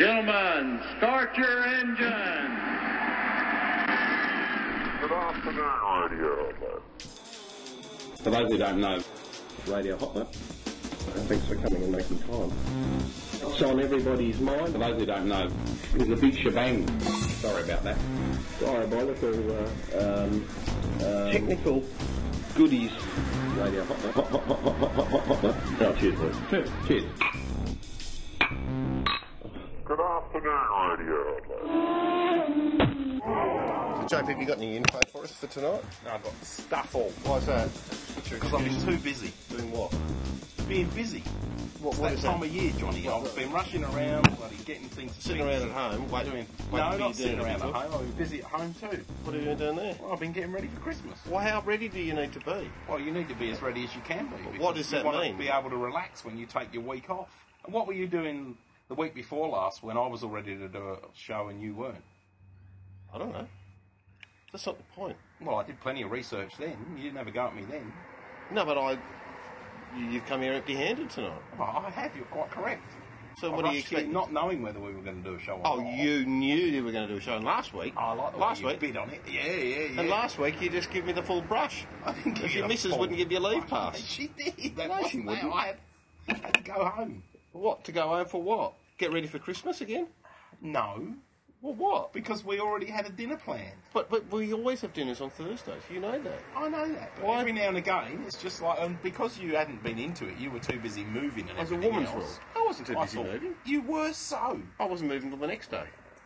Gentlemen, start your engines. Good afternoon, radio. For those who don't know, Radio Hotler, thanks for coming and making time. It's on everybody's mind. For those who don't know, it was a big shebang. Sorry about that. Diabolical uh, um, technical goodies. Radio Hotler. Hot, hot, hot, hot, hot, hot, hot, hot. Oh, cheers, boys. Cheers. Good afternoon, radio. JP, have you got any info for us for tonight? No, I've got stuff all. Why's that? Because I've been too busy. Doing what? Being busy. What, It's what that is time that? of year, Johnny. What- I've what- been rushing around, bloody getting things Sitting around at home, waiting, waiting No, for your not dinner sitting to be around at cooked. home. I've been busy at home too. What are you doing there? Well, I've been getting ready for Christmas. Well, how ready do you need to be? Well, you need to be as ready as you can be. because what does you that wanna mean? Be able to relax when you take your week off. And what were you doing the week before last when I was all ready to do a show and you weren't? I don't know. That's not the point. Well, I did plenty of research then. You didn't have a go at me then. No, but I. you- You've come here empty-handed tonight. Well, I have. You're quite correct. So I what do you rushed here expect? Not knowing whether we were going to do a show. Or Oh, not. you knew you were going to do a show last week. I like the way last you week. bid on it. Yeah, yeah, yeah. And last week you just give me the full brush. I didn't give If you your a missus full- wouldn't give you a leave pass. She did. That No, was- she wouldn't. I had, I had to go home. What? To go home for what? Get ready for Christmas again? No, Well, what? because we already had a dinner planned. But but we always have dinners on Thursdays. You know that. I know that. But Why- every now and again, it's just like, and because you hadn't been into it, you were too busy moving and As a everything woman's else. rule. I wasn't too I busy thought- moving. You were so. I wasn't moving till the next day.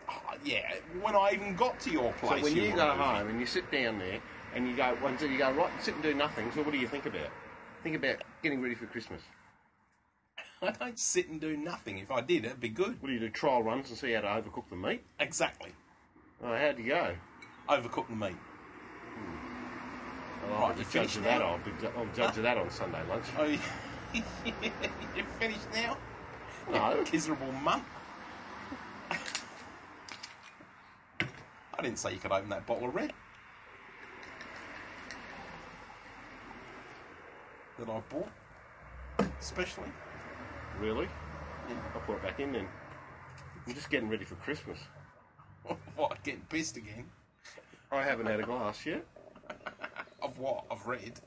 Ah, yeah, when I even got to your So place, when you, were go moving. home and you sit down there and you go one you go right sit and do nothing. So what do you think about? Think about getting ready for Christmas. I don't sit and do nothing. If I did, it'd be good. What do you do? Trial runs and see how to overcook the meat. Exactly. Oh, how'd you go? Overcook the meat. Oh, Right, I'll be you judge finished of that. now? I'll, be, ju- I'll judge of that on Sunday lunch. Oh, yeah. you're finished now. No, miserable mum. I didn't say you could open that bottle of red. That I bought. Especially. really? I'll put it back in then. I'm just getting ready for Christmas. What, getting pissed again? I haven't had a glass yet. Of what? Of red.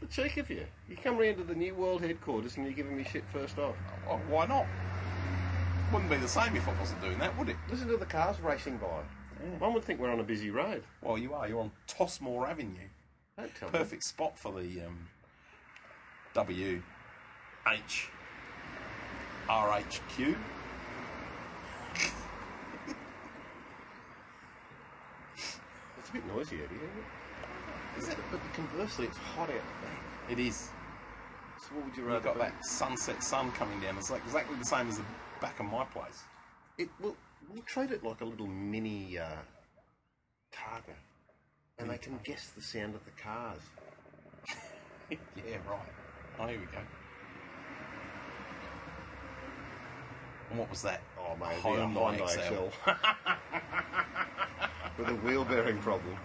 The cheek of you! You come round to the new world headquarters and you're giving me shit first off. Oh, why not? Wouldn't be the same if I wasn't doing that, would it? Listen to the cars racing by. One would think we're on a busy road. Well, you are. You're on Tossmore Avenue. Don't tell me. Perfect spot for the um, W H R H Q. It's a bit noisy out here. isn't it? Is it? But conversely, it's hot out there. It is. So what would you You've rather? got be? that sunset sun coming down. It's like exactly the same as the back of my place. It will. We'll treat it like a little mini uh, Targa, and they can guess the sound of the cars. yeah, right. Oh, here we go. And what was that? Oh, mate, it'd be a Home Hyundai XL. with a wheel bearing problem.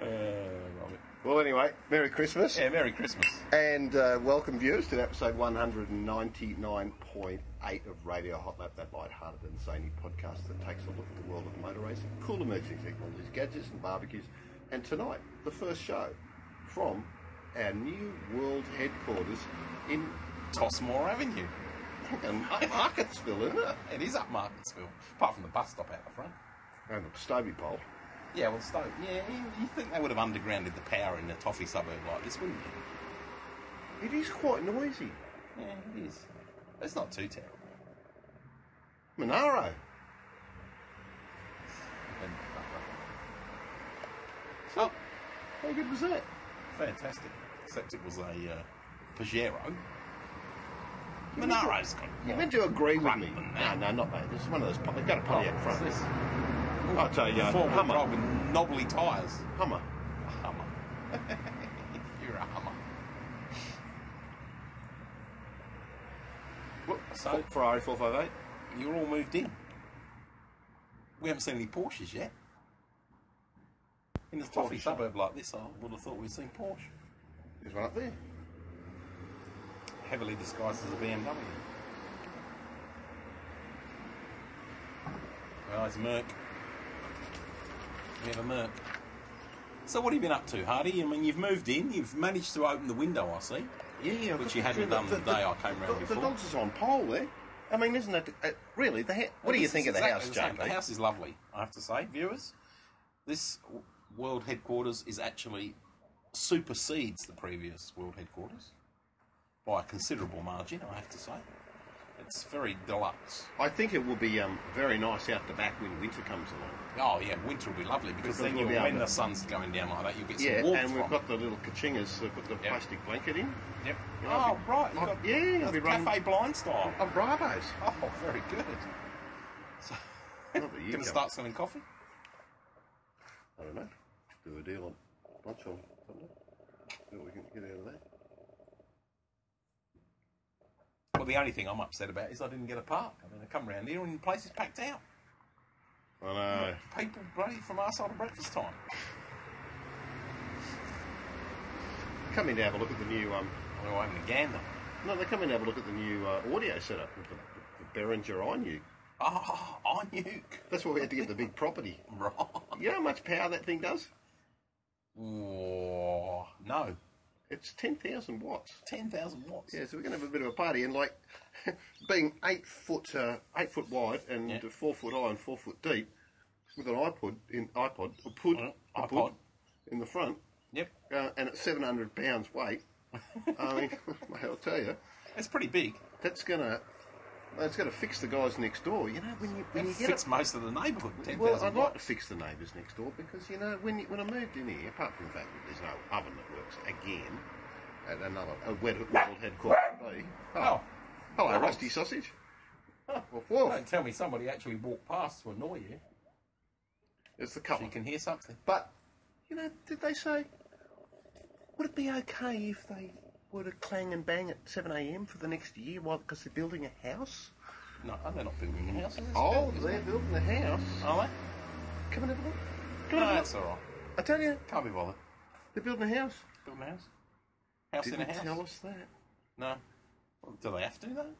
love it. Well, anyway, Merry Christmas Yeah, Merry Christmas. and uh, welcome viewers to episode 199.8 of Radio Hot Lap, that light-hearted and zany podcast that takes a look at the world of motor racing, cool emerging technologies, gadgets and barbecues. And tonight, the first show from our new world headquarters in Tossmore Avenue. and Marketsville, isn't it? It is up Marketsville, apart from the bus stop out the front. And the Stoby Pole. Yeah, well, Stoke. Yeah, you- you think they would have undergrounded the power in a toffee suburb like this, wouldn't you? It is quite noisy. Yeah, it is. It's not too terrible. Monaro. And- uh, oh, So, how good was that? Fantastic. Except it was a uh, Pajero. Monaro's got. You meant to agree with Crap me. than No, that. no, not that. This is one of those. pol- They've got a potty out What's front. this? I'll tell you, uh, Four-wheel Hummer. drive with knobbly tyres. Hummer. A Hummer. You're a Hummer. What? So- Ferrari 458. You're all moved in. We haven't seen any Porsches yet. In a toffee Porsche. suburb like this, I would have thought we'd seen Porsche. There's one up there. heavily disguised as a BMW. Well, it's Merc. We have a Merc. So what have you been up to, Hardy? I mean, you've moved in. You've managed to open the window, I see. Yeah, Which but- you hadn't but done the day I came round the, before. The dogs is on pole there. I mean, isn't it uh, really? The ha- what do you This think is of the exactly house, the same. Jamie? The house is lovely, I have to say, viewers. This w- world headquarters is actually supersedes the previous world headquarters by a considerable margin, I have to say. It's very deluxe. I think it will be um, very nice out the back when winter comes along. Oh yeah, winter will be lovely because, Because then we'll you'll, be able when to- the sun's going down like that, you'll get some Yeah, warmth and we've from got it. the little kachingas that put the Yeah. plastic blanket in. Yep. Yeah, I'll Oh be- right, you've I'll- got yeah, I'll that's be running- cafe blind style. Oh, bravos. Oh, very good. So, Well, there you gonna go. start selling coffee? I don't know. Do a deal on lunch or something. See what we can get out of that. Well, the only thing I'm upset about is I didn't get a park. I mean, I come round here and the place is packed out. I know. people bloody from our side of breakfast time. Come in to have a look at the new. Um, Well, I'm a gander. no, they come in to have a look at the new uh, audio setup with the, the Behringer I knew. Oh, I nuke. That's why we had to get the big property. Right. You know how much power that thing does? Whoa. No. It's 10,000 watts. 10,000 watts. Yeah, so we're going to have a bit of a party. And like, being eight foot uh, eight foot wide and Yeah. four foot high and four foot deep, with an iPod in iPod, a put, Mm, a iPod. put in the front, Yep. uh, and at 700 pounds weight. I mean, mate, I'll tell you, It's pretty big. that's gonna that's gonna fix the guys next door. You know, when you when It you get fits a- most of the neighbourhood. 10,000 well, I'd like to watts. fix the neighbours next door because you know when you, when I moved in here, apart from the fact that there's no oven that works again, at another a wet world headquarters. Oh. hello, rusty sausage. Woof, woof. Don't tell me somebody actually walked past to annoy you. It's the You colour. can hear something. But you know, did they say would it be okay if they were to clang and bang at seven a.m. for the next year while because they're building a house? No, they're not building a house. are they? Oh, they're building a house. Are Come and have a look. they? Come No, and have that's a look. all right. I tell you, Can't be bothered. they're building a house. Building a house? House Didn't in a house? tell us that. No. Do they have to, though?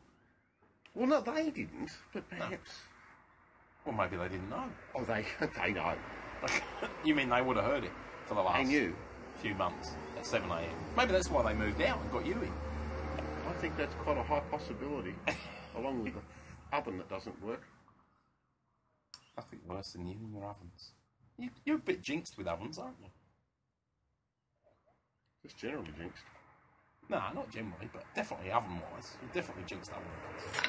Well, no, they didn't, but perhaps. Well, maybe they didn't know. Oh, they they know. you mean they would have heard it for the last They knew. few months at 7 a.m. Maybe that's why they moved out and got you in. I think that's quite a high possibility, along with the oven that doesn't work. Nothing worse than you and your ovens. You, you're a bit jinxed with ovens, aren't you? Just generally jinxed. No, not generally, but definitely oven wise. You're definitely jinxed oven wise.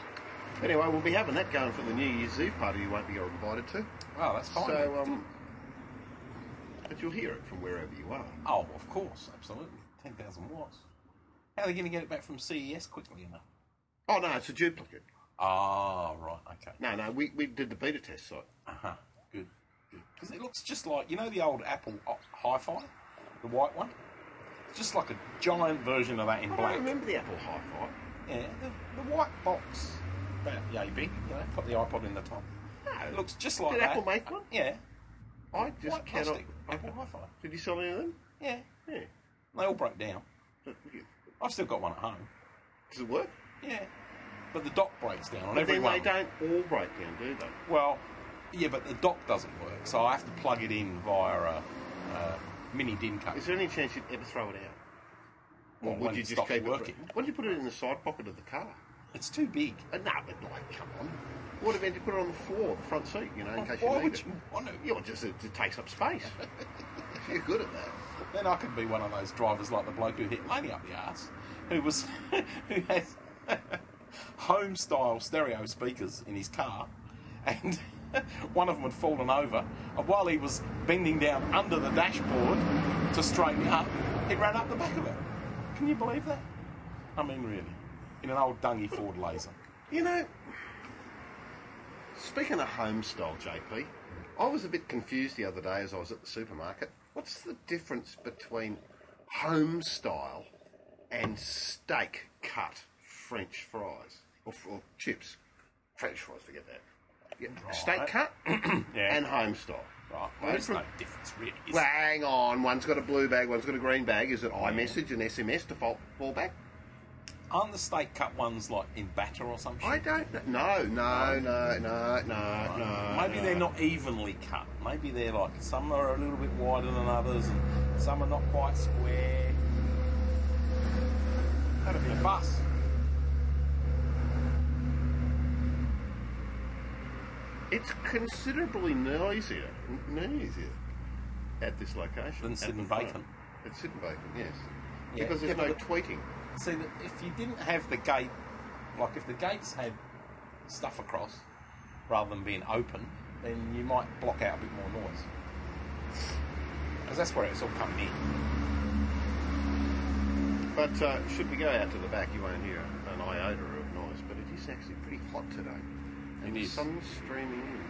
Anyway, we'll be having that going for the New Year's Eve party you won't be invited to. Well, that's fine. So, um, but you'll hear it from wherever you are. oh, of course, absolutely. 10,000 watts. How are they going to get it back from CES quickly enough? Oh, no, it's a duplicate. Ah, right, okay. No, no, we, we did the beta test site. Uh huh, good. Because it looks just like, you know, the old Apple o- Hi Fi? The white one? It's just like a giant version of that in I black. don't remember the Apple Hi-Fi. Yeah, the, the white box, about yay big, you know, put the iPod in the top. No. It looks just like Did that. Ah, Apple make one? Yeah. I just white cannot. plastic, Apple Hi-Fi. Did you sell any of them? Yeah. Yeah. They all broke down. But, yeah. I've still got one at home. Does it work? Yeah. But the dock breaks down on But then everyone. they don't all break down, do they? Well, yeah, but the dock doesn't work, so I have to plug it in via a, uh mini DIN cable. Is there any chance you'd ever throw it out? Well, when it stops it- working. Why don't you put it in the side pocket of the car? It's too big. Uh, no, but like, come on. What about you put it on the floor, the front seat, you know, in case you Why need would it? you want to? Yeah, well, just it, it takes up space. You're good at that. Then I could be one of those drivers like the bloke who hit Laney up the arse, who was who has home style stereo speakers in his car, and one of them had fallen over, and while he was bending down under the dashboard to straighten it up, he ran up the back of it. Can you believe that? I mean, really, in an old dungy Ford Laser. You know, speaking of home style, JP, I was a bit confused the other day as I was at the supermarket. What's the difference between home style and steak cut French fries or, or chips? French fries, forget that. Yeah, Steak cut Yeah. and home style. Right, They're well, there's no different- difference really. is Well, hang on. One's got a blue bag, one's got a green bag. Is it iMessage and SMS to fall, fall back? there? aren't the steak cut ones like in batter or some shit? I don't know. No, no, no, no, no, no. Maybe no. they're not evenly cut. Maybe they're like some are a little bit wider than others, and some are not quite square. That'd be a bus. It's considerably noisier, n- noisier at this location. Than at the Sidon farm. Bacon. At Sidon Bacon, yes. Yeah, Because yeah, there's no but the- tweeting. See, that if you didn't have the gate, like if the gates had stuff across rather than being open, then you might block out a bit more noise. Because that's where it's all coming in. But uh, should we go out to the back, you won't hear an iota of noise. But it is actually pretty hot today. And It the is. sun's streaming in.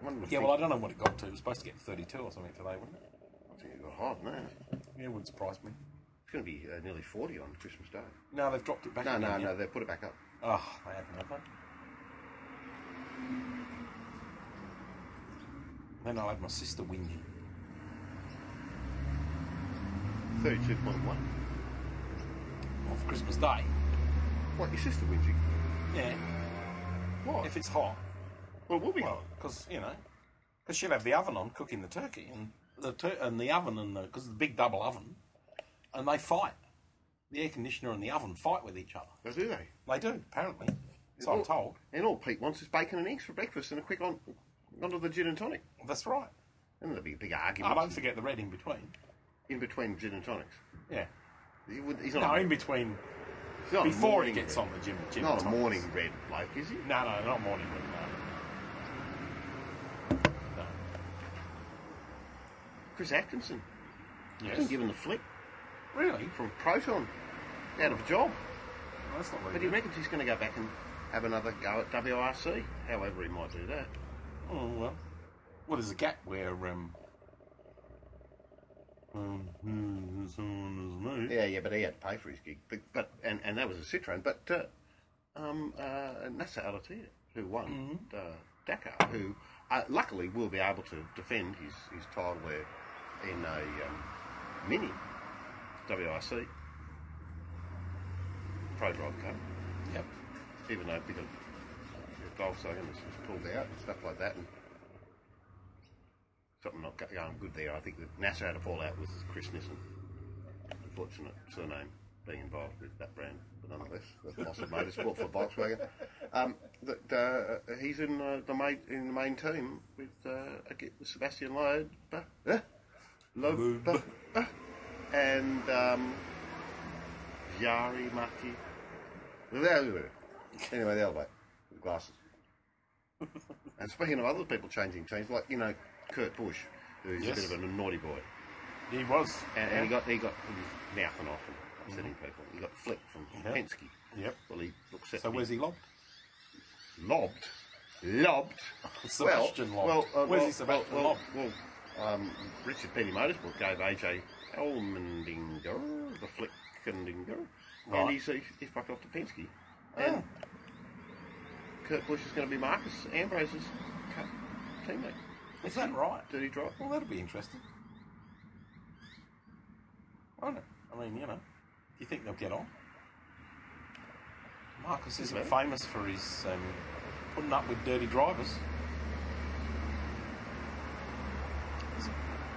I wonder if Yeah, we- well, I don't know what it got to. It was supposed to get 32 or something today, wasn't it? I think it got hot now. It's Yeah, it wouldn't surprise me. going to be uh, nearly 40 on Christmas Day. No, they've dropped it back. No, again, no, yeah. no, they put it back up. Oh, they haven't, have they? Then I'll have my sister whinging. 32.1. Off Christmas Day. What, your sister whinging? Yeah. What? If it's hot. well, we'll be Well, hot. because you know, because she'll have the oven on cooking the turkey and the tur- and the oven and the because the big double oven, and they fight. The air conditioner and the oven fight with each other. Oh, do they? They do apparently. So I'm told. And all Pete wants is bacon and eggs for breakfast and a quick on onto the gin and tonic. That's right. And there'll be a big I argument don't forget the red in between. in between gin and tonics. Yeah. He would- He's No, not, in between he's not a before it morning gets red. on the gym. gym Not a topics. morning red bloke, is he? No, no, not morning red. No. no. Chris Atkinson. He's Yes. been given the flick Really? from Proton. Out of a job. That's not But very he good. reckons he's going to go back and have another go at WRC, however he might do that. Oh well. Well, there's a gap where um. um, hmm, someone is me. Yeah, yeah, but he had to pay for his gig. But, but and, and that was a Citroen. But uh, um, uh, Nasser Al Attiyah, who won uh, Dakar, who uh, luckily will be able to defend his, his title there in a um, mini WRC Pro Drive Cup, Yep. even though because uh, Volkswagen has has pulled out and stuff like that. And, Something not go- going good there. I think that Nasser had a fallout with Chris Nissen unfortunate surname being involved with that brand, but nonetheless, the loss of motorsport for Volkswagen. Um, that uh, he's in uh, the main in the main team with uh, again, Sebastian Loeb, uh, uh, Loeb, uh, uh, and um, Yari Maki. Anyway, the other way, with glasses. and speaking of other people changing teams, like you know Kurt Busch, who's Yes. a bit of a naughty boy. He was. And, and he got he got he was mouthing off and upsetting people. He got flicked from Mm-hmm. Yeah. Penske. Yep. Well, he looks at So me. where's he lobbed? lobbed, lobbed. Sebastian well, lobbed. Well, uh, Where's well, he Sebastian well, lobbed? Well, well, um, Richard Penny Motorsport gave AJ Elmendinger the flick and dinger, and Right. Ah. he's he, he fucked off to Penske. And Kurt Busch is going to be Marcus Ambrose's co- teammate. Is that right? Dirty drive. Well, that'll be interesting. I don't know. I mean, you know, do you think they'll get on? Marcus isn't Maybe. famous for his um, putting up with dirty drivers.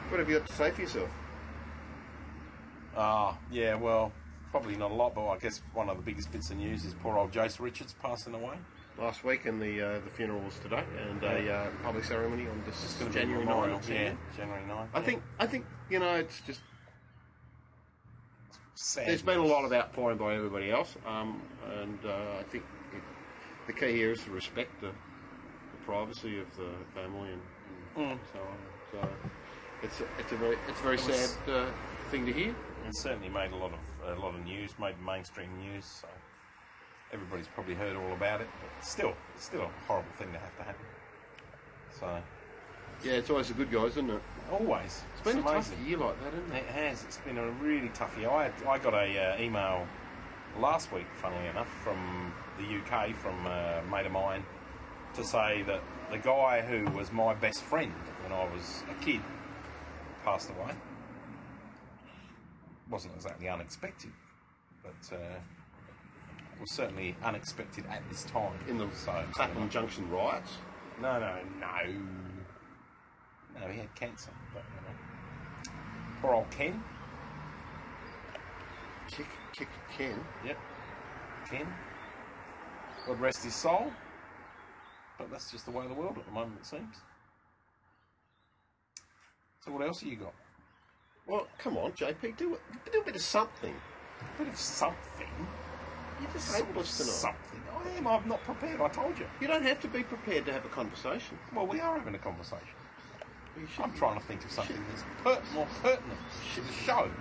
What have you got to say for yourself? Ah, yeah, well, probably not a lot, but I guess one of the biggest bits of news is poor old Jace Richards passing away. last week, and the uh, the funeral was today, and a uh, public ceremony on this Gonna be January memorial, 9th. yeah, January 9th. I yeah. think I think you know it's just Sad there's been a news. lot of outpouring by everybody else, um, and uh, I think it, the key here is to respect the, the privacy of the family and, and so on. So it's a, it's a very Mm. it's a very sad was- uh, thing to hear. It certainly made a lot of a lot of news, made mainstream news. So everybody's probably heard all about it. But still, it's still a horrible thing to have to happen. So Yeah, it's always the good guys, isn't it? always, It's been it's a tough amazing. year like that, isn't it? It has. It's been a really tough year. I, I got a uh, email last week, funnily enough, from the UK, from a mate of mine, to say that the guy who was my best friend when I was a kid passed away. wasn't exactly unexpected, but uh, it was certainly unexpected at this time. In the so, Clapham Junction riots. no, no, no, no. He had cancer. But, you know. Poor old Ken. Kick, kick, Ken. Yep. Ken. God rest his soul. But that's just the way of the world at the moment, it seems. So what else have you got? Well, come on, JP, do it. Do a bit of something. A bit of something. You just Sort of hopeless tonight. something. I am. I'm not prepared. I told you. You don't have to be prepared to have a conversation. Well, we are having a conversation. You should I'm be. trying to think of something that's per- more pertinent to the show.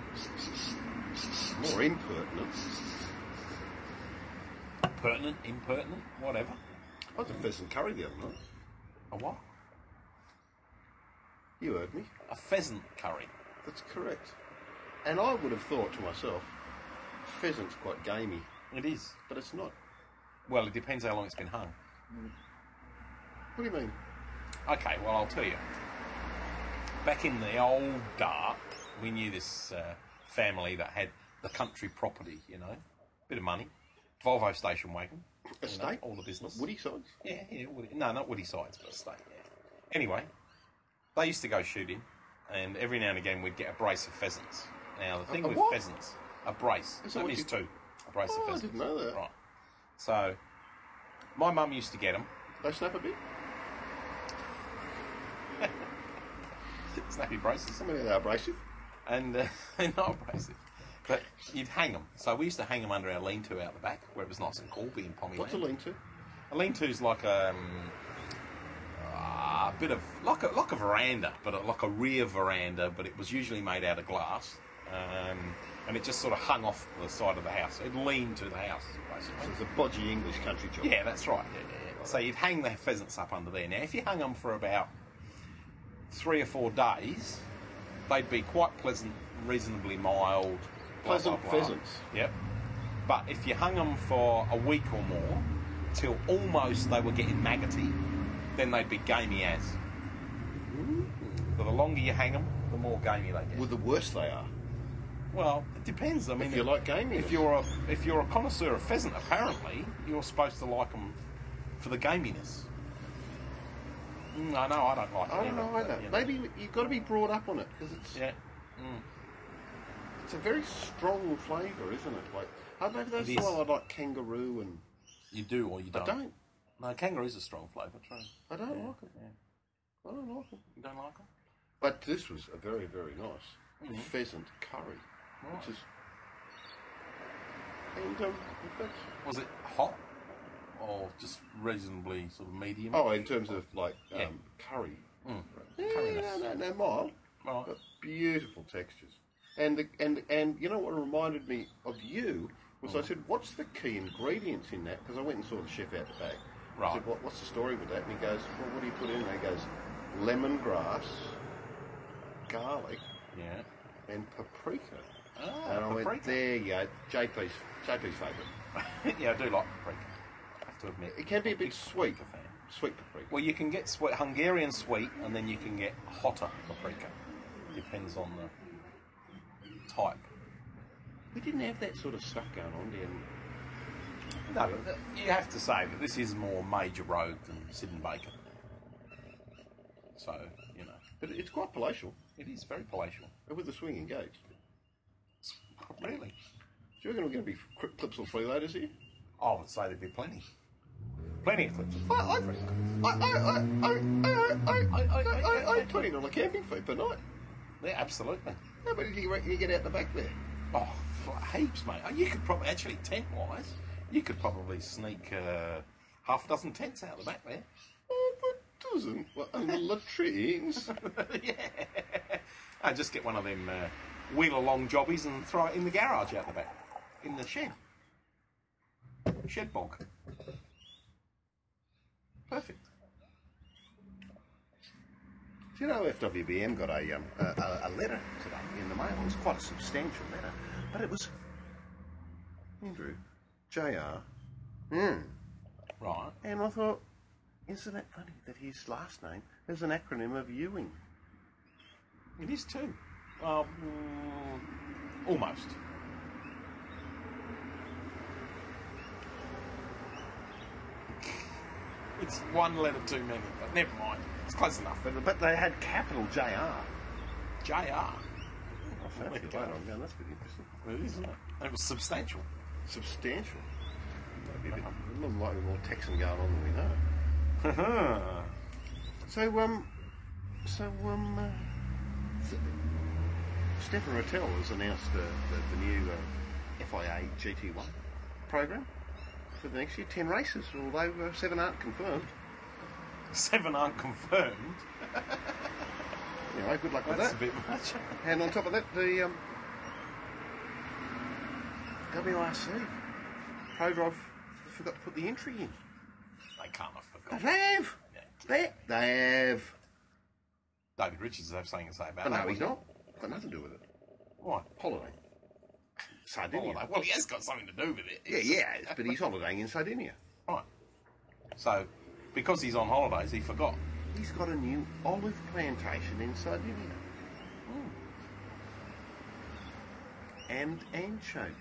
more impertinent. Pertinent, impertinent, whatever. I was at Pheasant Curry the other night. A what? You heard me. A pheasant curry. That's correct. And I would have thought to myself, pheasant's quite gamey, It is. but it's not. Well, it depends how long it's been hung. What do you mean? Okay, well, I'll tell you. Back in the old dark, we knew this uh, family that had the country property, you know. Bit of money. Volvo station wagon. you know, Estate? all the business. Woody sides? Yeah, yeah. Woody. No, not Woody Sides, but State. Yeah. Anyway, they used to go shooting, and every now and again we'd get a brace of pheasants. Now the thing a with what? pheasants, a brace. Is that that what means you- two. A brace Oh, I of pheasants. didn't know that. Right. So my mum used to get them. They snap a bit? Snappy braces. How many are they abrasive? and uh, they're not abrasive. But you'd hang them. So we used to hang them under our lean-to out the back, where it was nice and cool being Pommy. What's a lean to? A lean-to's like a, um, ah, a bit of like a like a veranda, but a, like a rear veranda. But it was usually made out of glass, um, and it just sort of hung off the side of the house. It leaned to the house, basically. It's a bodgy English country job. Yeah, that's right. Yeah, yeah, yeah. So you'd hang the pheasants up under there. Now, if you hung them for about three or four days, they'd be quite pleasant, reasonably mild. blah, Pleasant blah, blah. pheasants. Yep. But if you hung them for a week or more, till almost they were getting maggoty, then they'd be gamey as. So the longer you hang them, the more gamey they get. Well, the worse they are. Well, it depends. I mean, you like gaminess. if you're a if you're a connoisseur of pheasant, apparently you're supposed to like them for the gaminess. Mm, I know I don't like. Oh, I it don't know but, either. you Maybe you've got to be brought up on it because it's, Yeah. it's a very strong flavour, isn't it? Like, I maybe that's It is. why I like kangaroo and You do or you I don't. don't. No, kangaroo's a strong flavour. True. I don't like it. I don't like it. You don't like them? But this was a very, very nice Mm-hmm. pheasant curry, Right. which is. And um, in fact, Was it hot or just reasonably sort of medium? oh, in terms of like um, Yeah. curry, Mm. yeah, Curryness. no, no, no, mild, Right. but beautiful textures. And the, and and you know what reminded me of you was I said, what's the key ingredients in that? Because I went and saw the chef out the back. I Right. said, what, what's the story with that? And he goes, well, what do you put in? And he goes, lemongrass, garlic, Yeah. and paprika. Ah, and I went, paprika. there you go, JP's, JP's favourite. yeah, I do like paprika. I have to admit. It can be a I'm big bit sweet, paprika fan. sweet paprika. Well, you can get sweet, Hungarian sweet, and then you can get hotter paprika. Depends on the type. We didn't have that sort of stuff going on down No, but th- you have to say that this is more major road than Sid and Baker. So you know, But it's quite palatial, it is very palatial. with the swinging gates. Really, Do you reckon we're going to be cri- clips or freeloaders here? I would say there'd be plenty, plenty of clips. I, I, I, I, I, I, I, I, I, I, I twenty dollar camping fee per night. Yeah, absolutely. How many do you reckon you get out the back there? Oh, f- heaps, mate. Oh, You could probably actually tent wise, you could probably sneak uh, half a dozen tents out the back there. Oh, but doesn't well, and the latrines. I just get one of them uh, wheel along jobbies and throw it in the garage out the back, in the shed, shed bog. Perfect. Do you know FWBM got a, um, a, a, a letter today in the mail? It was quite a substantial letter, but it was Andrew, Jr. Mm. Right. And I thought, isn't it funny that his last name is an acronym of Ewing? It is too. Um, almost. It's one letter too many, but never mind. It's close enough. But, but they had capital JR. JR. That's Where it right goes. on down. That's pretty interesting. Oh, It is, isn't it? And it was substantial. Substantial. Might be a bit, a little like more Texan going on than we know. So um, so um, uh, s- Stefan Rattel has announced the, the, the new uh, FIA GT1 program for the next year. Ten races, although uh, seven aren't confirmed. Seven aren't confirmed. Anyway, good luck with That's a that. bit much. And on top of that, the um, WRC Pro Drive forgot to put the entry in. They can't have forgotten. They've, they, they've. David Richards have something to say about Oh, that. no, he's wasn't not. Got nothing to do with it. he? Why? Holiday. Sardinia. Holiday. Well, he has got something to do with it. Yeah, yeah, it's- but he's holidaying in Sardinia. Right. So, because he's on holidays, he forgot. He's got a new olive plantation in Sardinia. Hmm. And anchovies.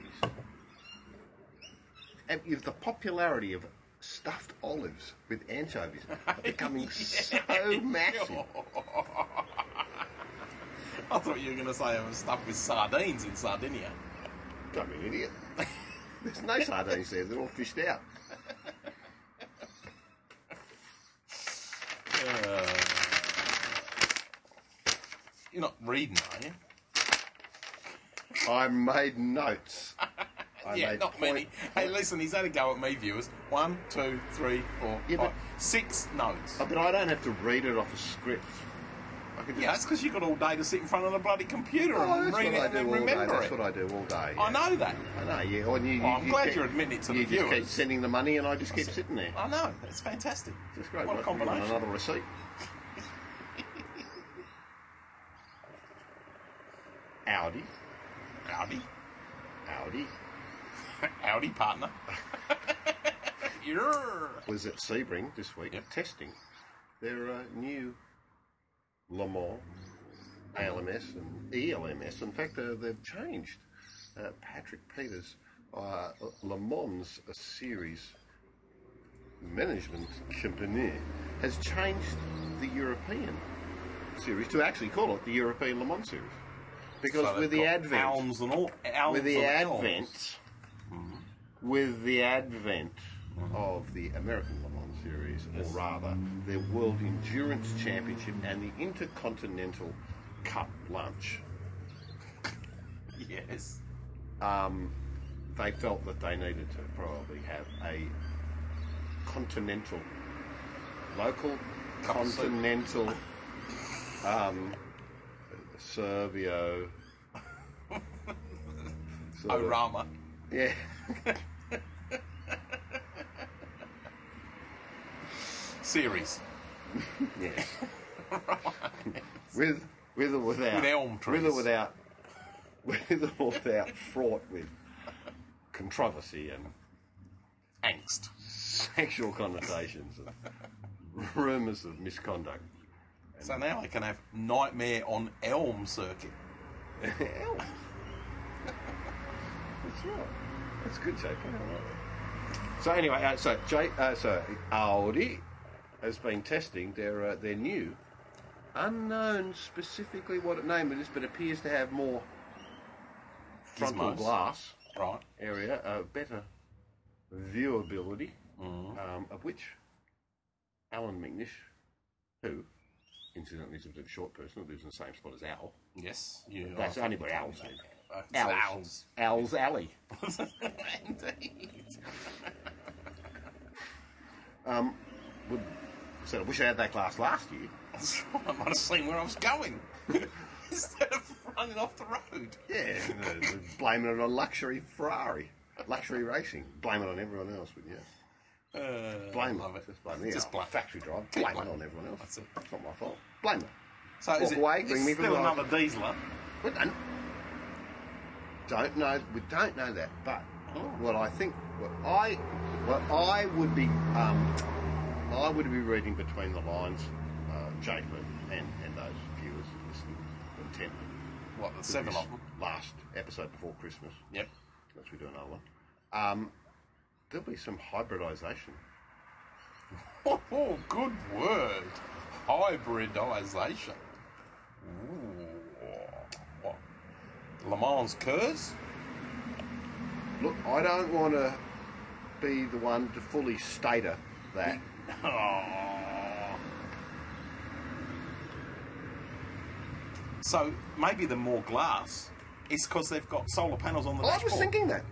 And with the popularity of stuffed olives with anchovies are becoming so massive. I thought you were going to say it was stuffed with sardines in Sardinia. I'm an idiot. There's no sardines there, they're all fished out. You're not reading, are you? I made notes. I yeah, made not point- many. Hey, listen, he's had a go at me, viewers. One, two, three, four, Yeah, five, but- six notes. Oh, But I don't have to read it off a script. I can just Yeah, that's because you got all day to sit in front of the bloody computer Oh, and that's read what it I and do then all day. remember That's it. what I do all day. I know that. I know. Yeah. Well, you, you, I'm you glad kept- you're admitting it to the you just viewers. keep sending the money, and I just keep sitting there. I know. That's fantastic. It's great. What a Must be on combination. Another receipt. Audi. Howdy. Audi Howdy, partner. You're... was at Sebring this week Yep. testing their uh, new Le Mans ALMS and E ELMS. In fact, uh, they've changed uh, Patrick Peters' uh, Le Mans series management company has changed the European series to actually call it the European Le Mans series because So with they've the got advent Elms and all. Elms with the and advent, Mm-hmm. Elms. with the advent of the American Le Mans Series, or rather, the World Endurance Championship and the Intercontinental Cup lunch, Yes. they felt that they needed to probably have a continental, local, Cup of soup. continental, um, Serbio. sort of- Orama. Yeah. Series. Yes. with with or without With elm trees. With or without with or without fraught with controversy and Angst. sexual connotations and rumours of misconduct. So now I can have Nightmare on Elm Circuit. Elm. That's right. That's good joke. I like that. So anyway, uh, so J, uh, so Audi has been testing their uh, their new, unknown specifically what it name it is, but appears to have more frontal Gizmos. glass Right. area, uh, better viewability, um, of which Alan Mcnish, who incidentally is a bit of a short person, who lives in the same spot as Al. Yes. You That's are- only where owls live. Uh, it's Owls. Owls Alley. owls. Indeed. Um, Would, so I wish I had that glass last year. That's right, I might have seen where I was going. Instead of running off the road. Yeah. blaming it on luxury Ferrari. Luxury racing. Blame it on everyone else, wouldn't you? Uh, Blame love it. Just blame it. Just Yeah, blame it. Factory drive. Keep Blame it blaming on everyone else. That's it. It's not my fault. Blame it. So is Walk it away, bring it's me from still the another dieseler? We don't. Don't know. We don't know that. But what I think, what I, what I would be, um, I would be reading between the lines, uh, Jacob and, and those viewers who listen intently, what, the seven of them? Last episode before Christmas, Yep. unless we do another one. Um, there'll be some hybridisation. Oh, oh, good word. Hybridization. Ooh. What? Le Mans curse? Look, I don't want to be the one to fully stater that. Oh. So maybe the more glass is because they've got solar panels on the Oh, I dashboard. was thinking that.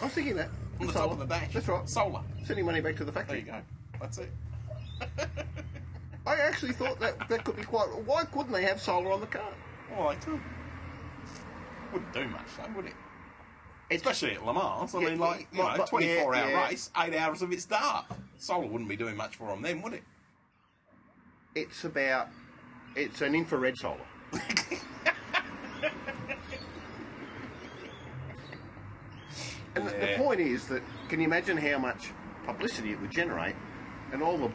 I was thinking that. on the Solar. top of the dash. That's right. Solar. Sending money back to the There factory. you go. That's it. I actually thought that that could be quite. Why couldn't they have solar on the car? Well, I do. Wouldn't do much, though, would it? Especially at Le Mans. I Yeah, mean, like, yeah, you know, but- 24 yeah, hour yeah. race, eight hours of it's dark. Solar wouldn't be doing much for them then, would it? It's about. It's an infrared solar. and the, the Yeah. point is that can you imagine how much publicity it would generate, and all the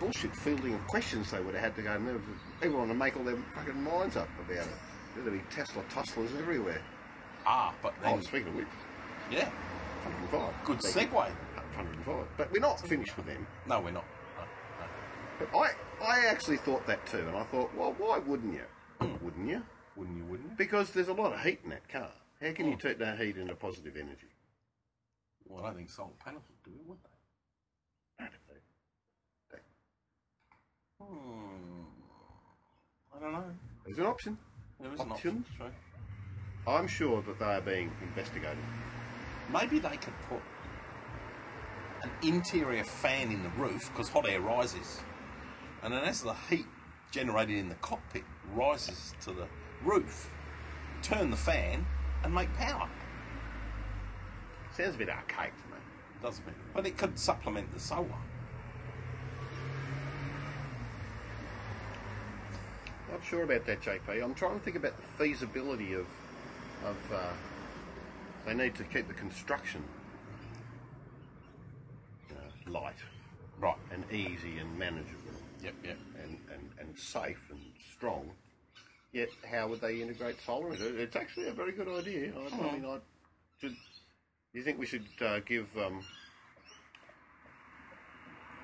bullshit fielding of questions they would have had to go and there- everyone to make all their fucking minds up about it. There'd be Tesla Tuslas everywhere. Ah, but then. Oh, speaking of which, yeah. 105. Good Speaking- segue. 105. But we're not finished with them. No, we're not. No, no. But I, I actually thought that too, and I thought, well, why wouldn't you? Hmm. wouldn't you? Wouldn't you, wouldn't you? Because there's a lot of heat in that car. How can you Hmm. turn that heat into positive energy? Well, I don't think solar panels would do it, would they? Hmm. I don't know. There's an option. There is an option. Options? True. I'm sure that they are being investigated. Maybe they could put an interior fan in the roof because hot air rises, and then as the heat generated in the cockpit rises to the roof, turn the fan and make power. Sounds a bit archaic to me. Doesn't it? But it could supplement the solar. Not sure about that, JP. I'm trying to think about the feasibility of, of. Uh, they need to keep the construction uh, light Right. and easy and manageable. Yep. Yep. and, and, and safe and strong. Yet, how would they integrate solar? into it? It's actually a very good idea. I, I mean, I should. You think we should uh, give um,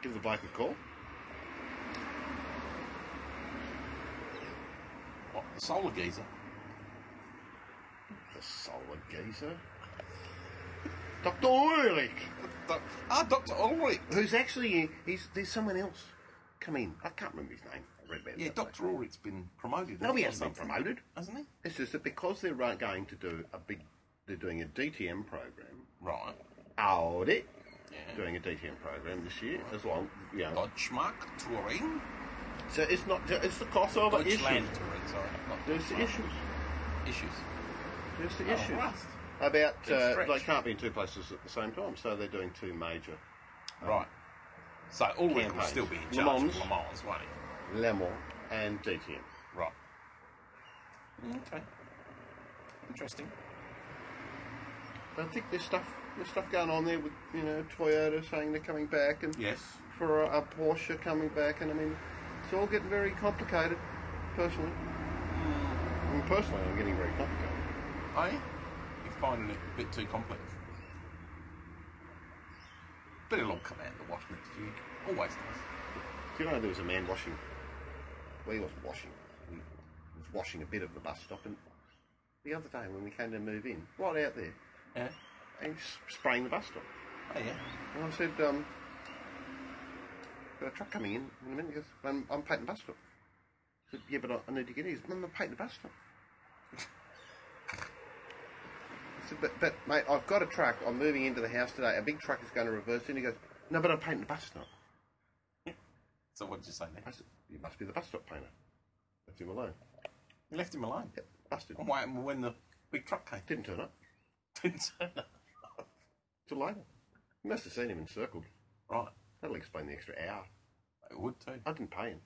give the bloke a call? What the solar geyser? The solar geezer, Doctor Ulrich, Doc- Ah, Doctor Ulrich. who's actually he's there's someone else come in. I can't remember his name. I read about it Yeah, the other Doctor Ulrich's been promoted. day. No, he hasn't been Something. promoted. hasn't he? It's just that because they're right- going to do a big, they're doing a DTM program. Right. Audit. Yeah. doing a DTM program this year as well. Yeah. Deutschmark touring. So it's not ju- it's the cost of it. Deutschland Issues. touring. Sorry. Not There's the Deutschmark. issues. Issues. There's the issues Christ. about Big uh, stretch. they can't be in two places at the same time, so they're doing two major Right. So Ulrich will Campaigns. still be in Le charge Mans. of Le Mans, won't he? Le Mans and DTM. Right. Mm, Okay. Interesting. I think there's stuff there's stuff going on there with you know Toyota saying they're coming back and Yes. for a, a Porsche coming back, and I mean it's all getting very complicated. Personally, I mean, personally, I'm Hmm. getting very complicated. I you're finding it a bit too complex. But it'll all come out in the wash next year. Always does. Do you know there was a man washing? Well, he wasn't washing. He was washing a bit of the bus stop. And the other day when we came to move in, right out there, Yeah. he was spraying the bus stop. Oh yeah. And I said, um, got a truck coming in in a minute. He goes, I'm, I'm painting the bus stop. I said, yeah, but I, I need to get in. He goes, "No, I'm painting the bus stop. I said, but, but mate, I've got a truck. I'm moving into the house today. A big truck is going to reverse in. He goes, no, but I'm painting the bus stop. So what did you say I then? said, you must be the bus stop painter. Left him alone. You left him alone. Yep, busted. And what happened when the big truck came? Didn't turn up Didn't turn up. till later. You must have seen him encircled. Right. That'll explain the extra hour. It would too. I didn't pay him.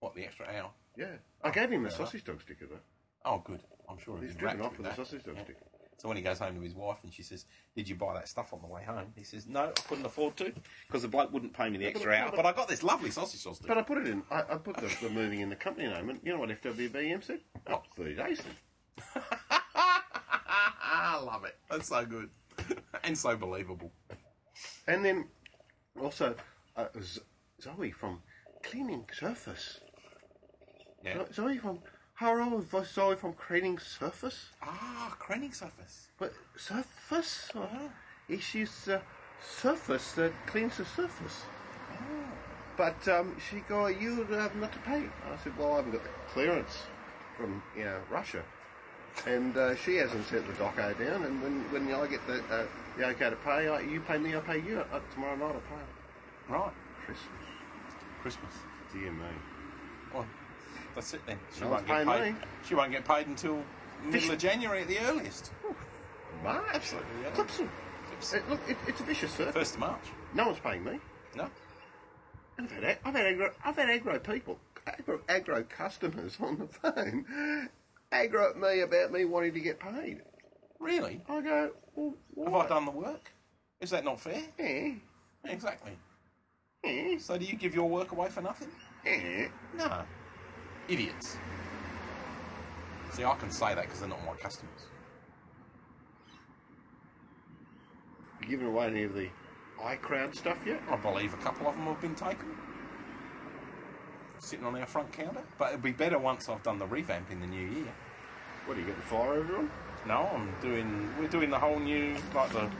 What the extra hour? Yeah. I gave him a sausage dog sticker, though. Oh, good. I'm sure He's he's driven wrapped off with a that. sausage dog sticker. So when he goes home to his wife and she says, "Did you buy that stuff on the way home?" He says, "No, I couldn't afford to because the bloke wouldn't pay me the extra hour." But I got this lovely sausage sauce. But I put it in. I, I put the, the moving in the company name, and Oh, you know what FWBM said? Up 30 days. Ah, I love it. That's so good and so believable. And then also uh, Z- Zoe from Cleaning Surface. Yeah. Zo- Zoe from her old voice, Zoe from Cleaning Surface. Ah, craning surface. But surface? Uh, is she's uh, surface that cleans the surface? But um, she go, you have not to pay. And I said, well, I haven't got the clearance from you know, Russia. And uh, she hasn't sent the doco down. And when, when I get the, uh, the okay to pay, I, you pay me, I pay you. Uh, tomorrow night I pay. Right. Christmas. Christmas. Dear me. Well, that's it then. She No one's won't get paying paid. me. She won't get paid until middle of January at the earliest. March. Absolutely, yeah. Clips them. It- look, it, it's a vicious circle. First of March. No one's paying me. No. And I've had, ag- I've had agro, I've had agro people, agro, agro customers on the phone, agro at me about me wanting to get paid. Really? I go, well, Have why? I done the work? Is that not fair? Eh, Exactly. eh, So do you give your work away for nothing? eh. No. Uh, Idiots. See, I can say that because they're not my customers. You giving away any of the iCrowd stuff yet? I believe a couple of them have been taken. Sitting on our front counter. But it'll be better once I've done the revamp in the new year. What are you getting fire over on? No, I'm doing. We're doing the whole new like the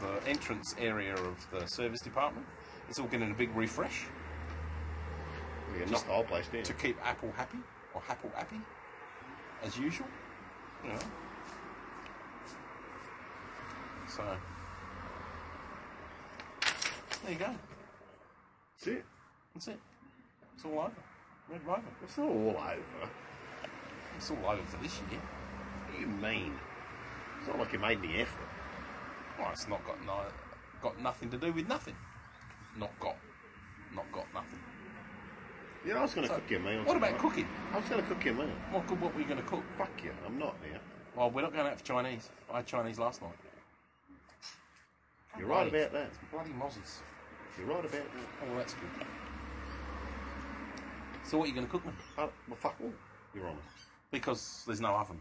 the entrance area of the service department. It's all getting a big refresh Yeah, knock the whole place down. to keep Apple happy or Apple happy as usual. You know. So there you go. That's it. That's it. It's all over. Red Rover. It's not all over. It's all over for this year. What do you mean? It's not like you made any effort. Well, it's not got no, got nothing to do with nothing. Not got, not got nothing. You know, I was going to So, cook your meal. What about tonight. cooking? I was going to cook your meal. What, could- what were you going to cook? Fuck you, I'm not now. Well, we're not going out for Chinese. I had Chinese last night. You're right Bloody- about that. Bloody mozzies. You're right about that. Oh, that's good. So what are you going to cook them? Oh, well, fuck all. You're honest. Because there's no oven.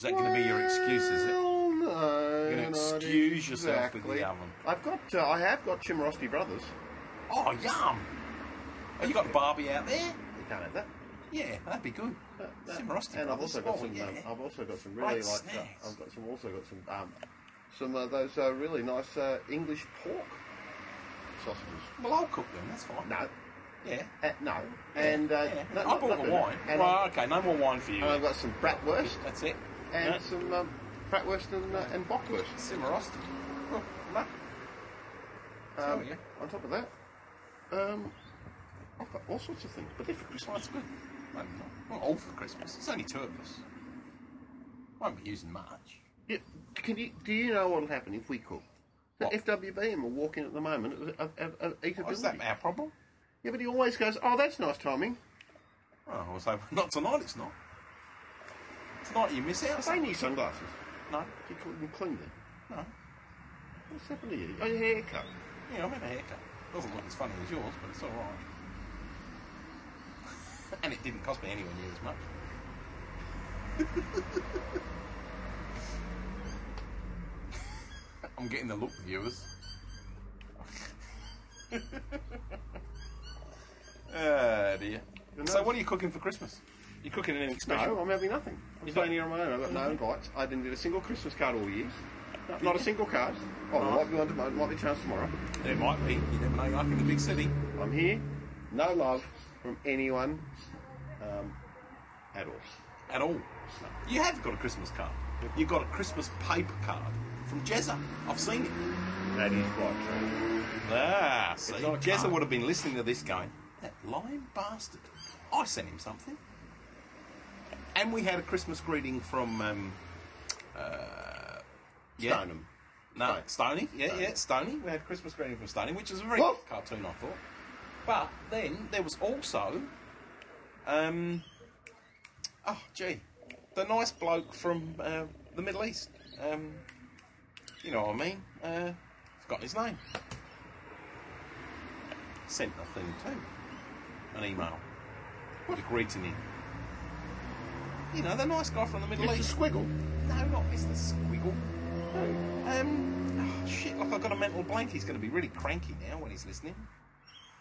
Is that going to be your excuse? Is it? Well, no. You're gonna not excuse yourself with the exactly. oven. I've got, uh, I have got Chimorosky Brothers. Oh, yum! Oh, you got a Barbie out there? You can't have that. Yeah, that'd be good. That- Cimarosky and I've brothers. also got Oh, some. yeah. Um, I've also got some Great really like. Uh, snacks. I've got some. Also got some. Um, some of those uh, really nice uh, English pork sausages. Well, I'll cook them. That's fine. No, Yeah. uh, no, and uh, yeah. no, I not- bought not the good. wine. And, Well, I've, okay, no more wine for you. and I've got some bratwurst That's it. and No. some um, bratwurst and uh, and bockwurst. Cimarosti. Well, no. Um, Oh, yeah. On top of that, um, I've got all sorts of things, but they're for Well, Christmas. that's good. Maybe not. Not all for Christmas. It's only two of us. Won't be using much. Yeah, can you, do you know what'll happen if we cook? The What? FWBM will walk in at the moment of, of, of, of What's eatability. that our problem? yeah, but he always goes, oh, that's nice timing. Oh, I was hoping not tonight. It's not. Tonight you miss out. I need sunglasses. No, You couldn't clean them. no. What's happened to you? Oh, your haircut. Yeah, I've had a haircut. Doesn't look as funny as yours, but it's all right. and it didn't cost me anywhere near as much. I'm getting the look, viewers. Ah dear. So, what are you cooking for Christmas? You cooking anything special? No, I'm having nothing. I'm You staying got- here on my own. I've got no Mm-hmm. invites. I didn't get a single Christmas card all year. Not, not a single card. Oh, there might be one tomorrow. Might be a chance tomorrow. There might be. You never know. You're up in the big city. I'm here. No love from anyone um, at all. at all. You have got a Christmas card. You got a Christmas paper card from Jezza. I've seen it. That is quite true. Ah, see, not a Jezza card. would have been listening to this going, that lying bastard. I sent him something. And we had a Christmas greeting from, um, uh, yeah. Stoneham. No, Stony. Yeah, Stoney. yeah, Stony. We had a Christmas greeting from Stony, which was a very What? good cartoon, I thought. But then there was also, um, oh gee, the nice bloke from uh, the Middle East. Um, you know what I mean? Uh, forgotten his name. Sent a thing too, an email. What a greeting him. You know, the nice guy from the Middle Mr. East. Squiggle. No, not Mr. Squiggle. No. Um, oh, shit, like I've got a mental blank. He's going to be really cranky now when he's listening.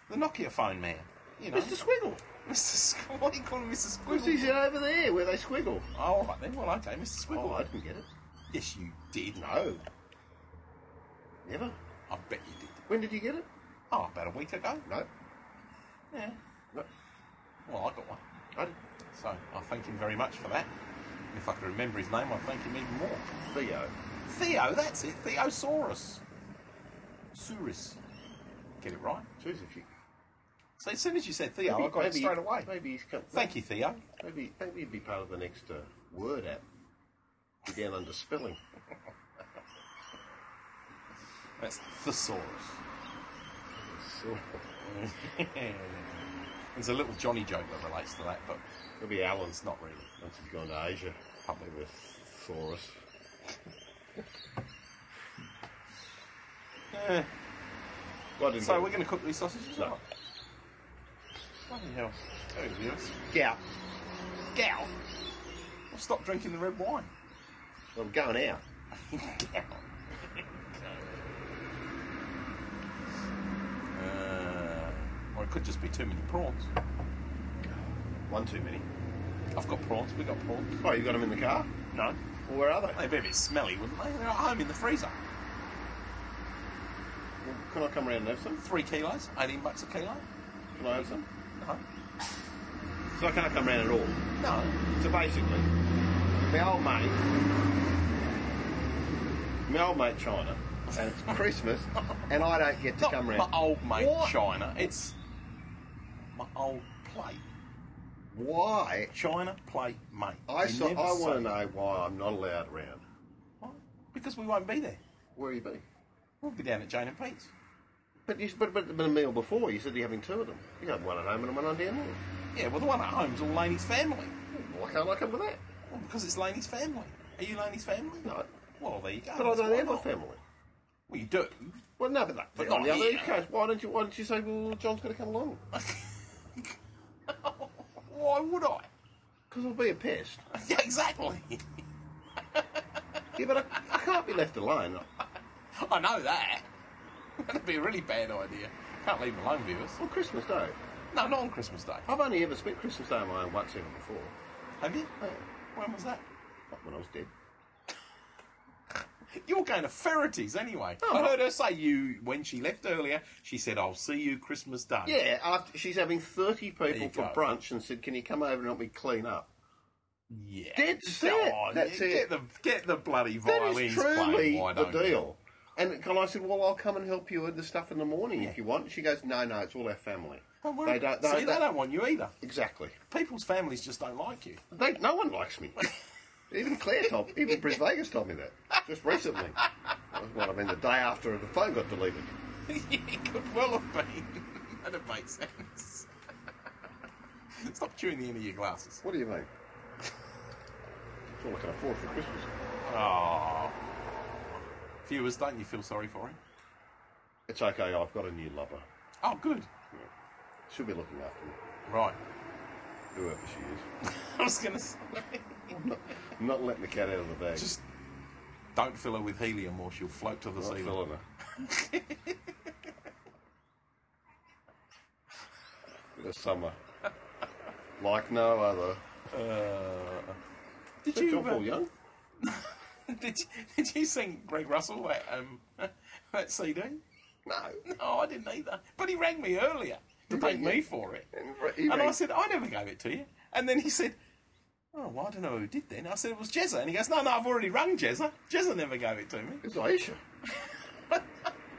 The Nokia phone man. You know, Mr. Squiggle. Mr. Squ- What do you call him, Mr. Because Squiggle? he's in over there where they squiggle. Oh, all right then. Well, okay, Mr. Oh, Squiggle. I didn't get it. Yes, you did. No. Never. I bet you did. When did you get it? Oh, about a week ago. No. Yeah. No. Well, I got one. I didn't. So I thank him very much for that. If I could remember his name, I'd thank him even more. Theo. Theo, that's it. Theosaurus. Saurus. Get it right. Jeez, if you... So as soon as you said Theo, I got it straight away. Maybe he's come. Thank you, Theo. Maybe, maybe he'd be part of the next uh, Word app. Be down under spelling. That's Thesaurus. So, There's a little Johnny joke that relates to that, but it'll be Alan's it's not really. once he's gone to Asia. Probably with Saurus. Eh. Well, I didn't So get we're it. going to cook these sausages No. up. Bloody hell. There it is. Yeah. Gow. Well, stop drinking the red wine. I'm going out. Gow. Uh, or it could just be too many prawns. One too many. I've got prawns, we've got prawns. Oh, you got them in the car? No. Well, where are they? They'd be a bit smelly, wouldn't they? They're at home in the freezer. Well, can I come around and have some? Three kilos, 18 bucks a kilo. Can I have some? No. So I can't come round at all. No. So basically, my old mate, my old mate China, and it's Christmas, and I don't get to Not come my round. old mate What? China. It's my old plate. Why? China plate mate. I You saw, never I say- want to know why I'm not allowed around. Why? Because we won't be there. Where you be? We'll be down at Jane and Pete's. But you but, but, but a meal before you said you're having two of them. You got one at home and one on down there. Yeah, well, the one at home's all Laney's family. Why can't I come with that? Well, because it's Laney's family. Are you Laney's family? No, Well, there you go. but I Why don't have a not? family. Well, you do. Well, no, but, But but not on the other here. East Coast, why don't you? Why don't you say, well, John's got to come along? Why would I? Because I'll be a pest. Yeah, exactly. Yeah, but I, I can't be left alone. I know that. That'd be a really bad idea. Can't leave them alone, viewers. On Christmas Day. No, not on Christmas Day. I've only ever spent Christmas Day on my own once ever before. Have you? Yeah, When was that? Not when I was dead. You're going to Ferreties anyway. Oh. I heard her say you when she left earlier. She said, "I'll see you Christmas Day." Yeah, after she's having 30 people you for go. brunch and said, can you come over and help me clean up? yeah. That's Go it. on, That's you it. Get the get the bloody That violins is playing. truly Why the don't you? deal. And and I said, well, I'll come and help you with the stuff in the morning if you want. She goes, no, no, it's all our family. Don't worry. See, they don't want you either. Exactly. People's families just don't like you. They, no one likes me. even Claire told, even Bris Vegas told me that just recently. Well, I mean, the day after the phone got deleted. it could well have been. That'd make sense. Stop chewing the end of your glasses. What do you mean? It's all I can afford for Christmas. Oh. Viewers, don't you feel sorry for him? It's okay, I've got a new lover. Oh, good. She'll be looking after me, Right. whoever she is. I was going to say, I'm not letting the cat out of the bag. just don't fill her with helium or she'll float to the Not ceiling. filling her. Bit of summer. Like no other. Did John you, Paul uh, Young? did you did you sing Greg Russell that um that CD? No. No, I didn't either. But he rang me earlier to thank rang you? me for it. And re- he and I rang- said, I never gave it to you. And then he said, Oh, well, I don't know who did then. I said, It was Jezza. And he goes, No, no, I've already rung Jezza. Jezza never gave it to me. It's Aisha.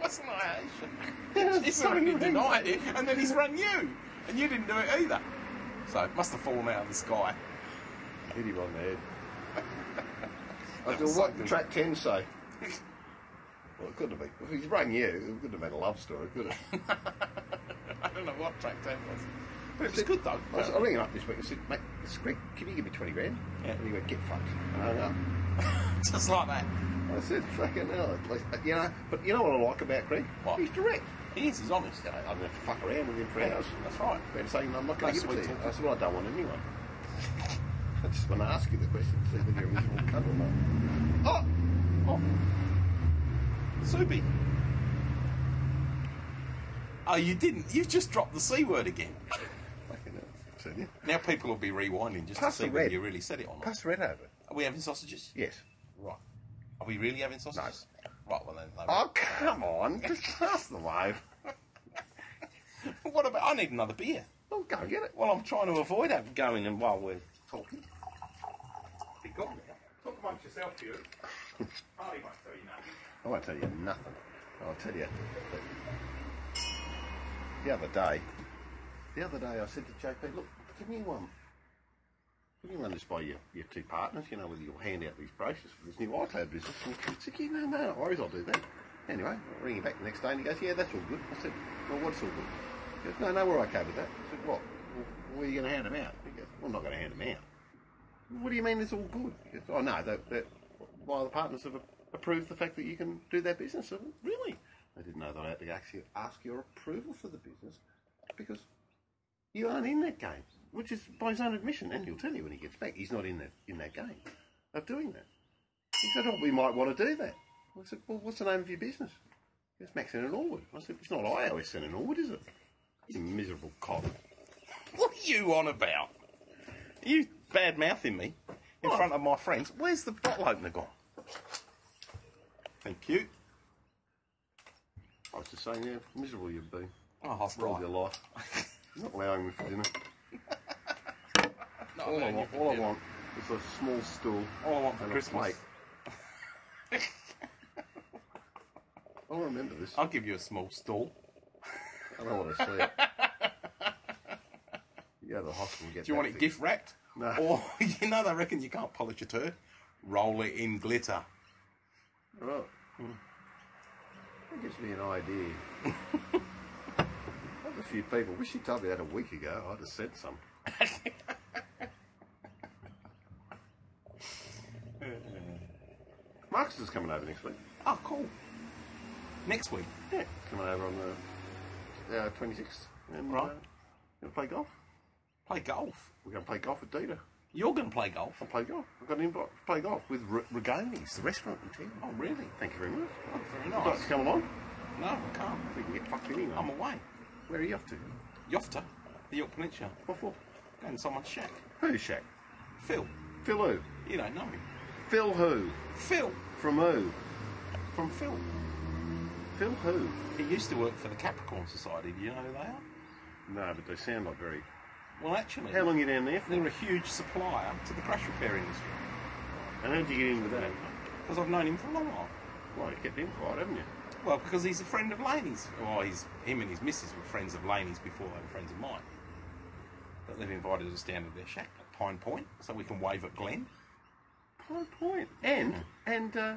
Wasn't I, Aisha? Yeah, He's so already you rang- denied it. And then he's rung you. And you didn't do it either. So it must have fallen out of the sky. Hit him on the head. I said, was what something. did track 10 say? Well, it couldn't have been. If he's rang you, it couldn't have been a love story, could it? I don't know what track that was. But it was good, though. I, was, I rang him up this week and said, mate, it's Greg, can you give me 20 grand? Yeah. And he went, get fucked. And I hung up. Just like that. I said, fucking hell. It's like, you know, but you know what I like about Greg? What? He's direct. He is, he's honest. eh? You know, I don't have to fuck around with him for hours. That's right. And saying, I'm not going That's to give it to sweet you. I said, well, I don't want anyone. I just want to ask you the question, see whether you're a miserable cunt or not. Oh, Oh. Soupy. Oh, you didn't. You just dropped the C word again. fucking hell. So, yeah. Now people will be rewinding just Pass to see the whether red. you really said it or not. Pass the red over. Are we having sausages? Yes. Right. Are we really having sausages? No. Right, well then. no. Oh, come on. Just pass the wave. What about. I need another beer. Well, go get it. Well, I'm trying to avoid having going and while we're. Talking. Talk amongst yourself, you. Harley won't tell you nothing. Oh, I won't tell you nothing. I'll tell you. that The other day, the other day I said to JP, look, give me one. Give me one just by your, your two partners, you know, whether you'll hand out these brochures for this new iPad business. And he said, yeah, no, no, no worries, I'll do that. Anyway, I ring him back the next day and he goes, yeah, that's all good. I said, well, what's all good? He goes, no, no, we're okay with that. I said, what? Well, where are you going to hand them out? He goes, well, I'm not going to hand them out. What do you mean it's all good? It's, oh no, that, that why the partners have approved the fact that you can do their business. I went, really? I didn't know that I had to actually ask your approval for the business because you aren't in that game, which is by his own admission, and he'll tell you when he gets back he's not in that in that game of doing that. He said, "Oh, we might want to do that." I said, "Well, what's the name of your business?" He goes, "Max and Norwood." I said, "It's not iOS and Norwood, is it?" You miserable cock. What are you on about? Are you bad mouthing me in front of my friends? Where's the bottle opener gone? Thank you. I was just saying, yeah, miserable you'd be. Oh, that's All right. your life. Not allowing me for dinner. No, All I man, want, you- all I want is a small stool. All I want for and a Christmas. plate. I don't remember this. I'll give you a small stall. I don't want to see it. You go to the hospital and get Do that you want it thing. gift wrapped? No. Or, you know, they reckon you can't polish a turd. Roll it in glitter. Right. That gives me an idea. I have a few people. Wish you told me that a week ago. I'd have sent some. Marcus is coming over next week. Oh, cool. Next week. Yeah, coming over on the uh, 26th. And, Right. Uh, going to play golf. Play golf. We're going to play golf with Dita. You're going to play golf. I'll play golf. I've got an invite to play golf with R- Rigonis, the restaurant in town. Oh, really? Thank you very much. Oh, very Would you like nice. to come along? No, I can't. We can get fucked anyway. I'm away. Where are you off to? Yofta, the York Peninsula. What for? Going to someone's shack. Who, Shaq? Phil. Phil who? You don't know him. Phil who? Phil. From who? From Phil. Phil who? He used to work for the Capricorn Society. Do you know who they are? No, but they sound like very. Well, actually, How long are you down there for? they're a huge supplier to the crash repair industry. And how did you get in with that? Because I've known him for a long while. Well, you kept him quiet, haven't you? Well, because he's a friend of Laney's. Well, he's, him and his missus were friends of Laney's before they were friends of mine. But they've invited us down to their shack at Pine Point so we can wave at Glenn. High point. And, and, uh,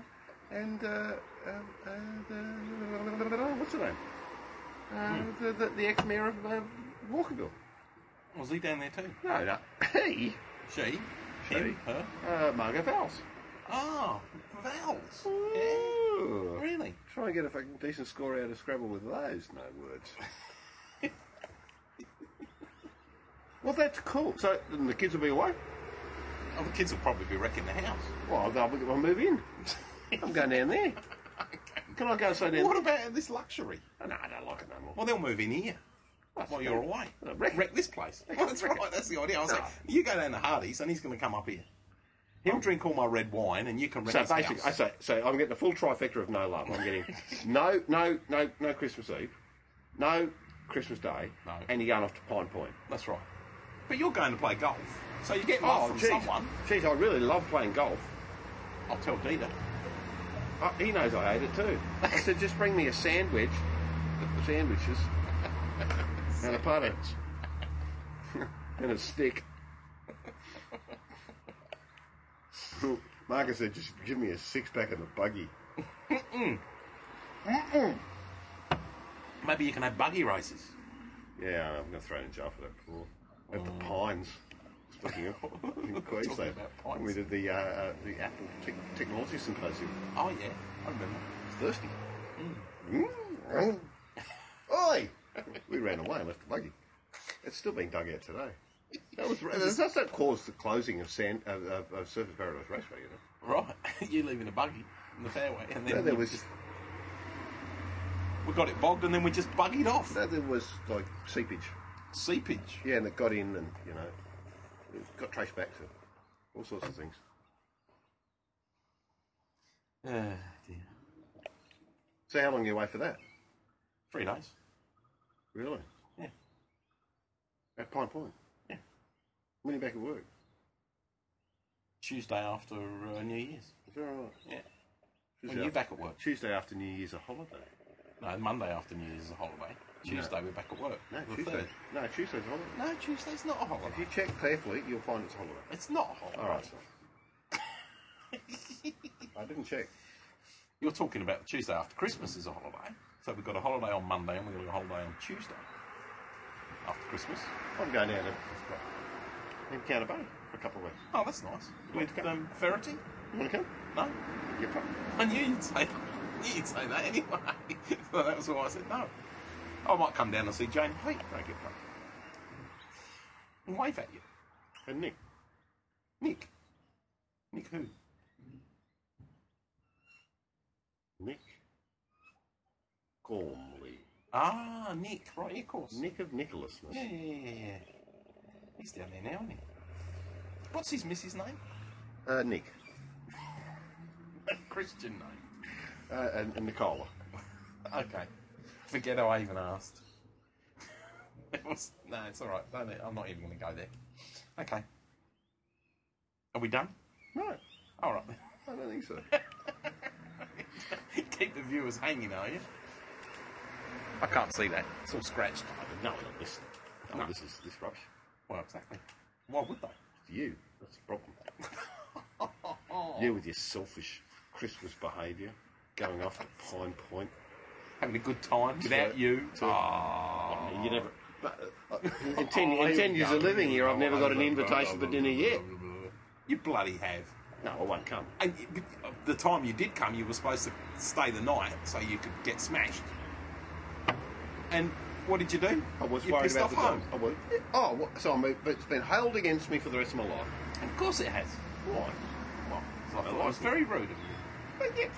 and, uh, uh, uh, the, what's her name? Uh, the, the, the ex-mayor of uh, Walkerville. Was he down there too? No, no. Hey! She? She. Him? Her? Uh, Margot Vowles. Ah, vowels. Yeah. Ooh. Really? Try and get a fucking decent score out of Scrabble with those. No words. well, that's cool. So then the kids will be away. Oh, the kids will probably be wrecking the house. Well, they'll be- I'll move in. I'm going down there. Can I go and say down? What about this luxury? Oh, no, I don't like it no more. Well, they'll move in here while you're away. Uh, Wreck, wreck- this place. wreck- Well, that's wreck right. it. That's the idea. I was No. like, you go down to Hardy's and he's going to come up here. He'll drink all my red wine and you can wreck Oh. So his basically, I house. say, so I'm getting a full trifecta of no love. I'm getting no, no, no, no Christmas Eve, no Christmas Day, No. and you're going off to Pine Point. That's right. But you're going to play golf, so you get love from Oh, geez, someone. geez, I really love playing golf. I'll tell Dita. Uh, he knows I hate it too. I said, just bring me a sandwich, sandwiches, and a putter, and a stick. Marcus said, just give me a six pack and a buggy. Maybe you can have buggy races. Yeah, I'm going to throw it in jail for that before. At the Pines. Speaking of, in Mm. Talking Queensland, about when we Pines. did the uh, uh, the Apple Tech Technology Symposium. Oh yeah, I remember. I was thirsty. Mm. Mm. Oi! we ran away and left the buggy. It's still being dug out today. That was that doesn't cause the closing of sand of, of, of Surface Paradise Raceway, you know. Right, you leave in a buggy in the fairway, and No, then there we was just- we got it bogged, and then we just buggied off. no, there was like seepage. Seepage. Yeah, and it got in, and you know, it got traced back to all sorts of things. Ah, dear. So how long are you away for that? Three days. Really? Yeah. At Pine Point. Yeah. When are you back at work? Tuesday after uh, New Year's. Is that all right? Yeah. Tuesday When you after- back at work? Tuesday after New Year's a holiday. No, Monday after New Year's is a holiday. Tuesday we're back at work. No, The Tuesday. third. No, Tuesday's a holiday. No, Tuesday's not a If you holiday. check carefully, you'll find it's a holiday. It's not a holiday. All right. I didn't check. You're talking about Tuesday after Christmas is a holiday. So we've got a holiday on Monday and we've got a holiday on Tuesday after Christmas. I'm going down to in Counter Bay for a couple of weeks. Oh, that's nice. With um, Verity? You want to come? No? Yeah, fuck. I knew you'd say, knew you'd say that anyway. so that was why I said no. I might come down and see Jane Pete. Don't get fucked. And wave at you. And Nick. Nick. Nick who? Nick Gormley. Ah, Nick. Right, yeah, of course. Nick of Nicholasness. Yeah, yeah, yeah, yeah, yeah. He's down there now, isn't he? What's his missus name? Uh, Nick. Christian name. Uh, and, and Nicola. Okay. Forget how I even asked. it was no, it's all right. Don't, I'm not even going to go there. Okay. Are we done? No, All right. I don't think so. Keep the viewers hanging, are you? I can't see that. It's all scratched. no, not this. No, No. this is this rubbish. Well, exactly. Why would they? It's you. That's the problem. you with your selfish Christmas behaviour, going off to Pine Point. Having a good time without right. you. That's You never. But, uh, in ten, in ten years of living here, I've never got an invitation for dinner yet. You bloody have. No, I won't come. And it- the time you did come, you were supposed to stay the night so you could get smashed. And what did you do? I was you worried pissed about off the home. dogs. I was. Oh, what- so I'm, but it's been hurled against me for the rest of my life. And of course it has. Why? Well, so I Well, thought I was that's- very rude of you. But yeah.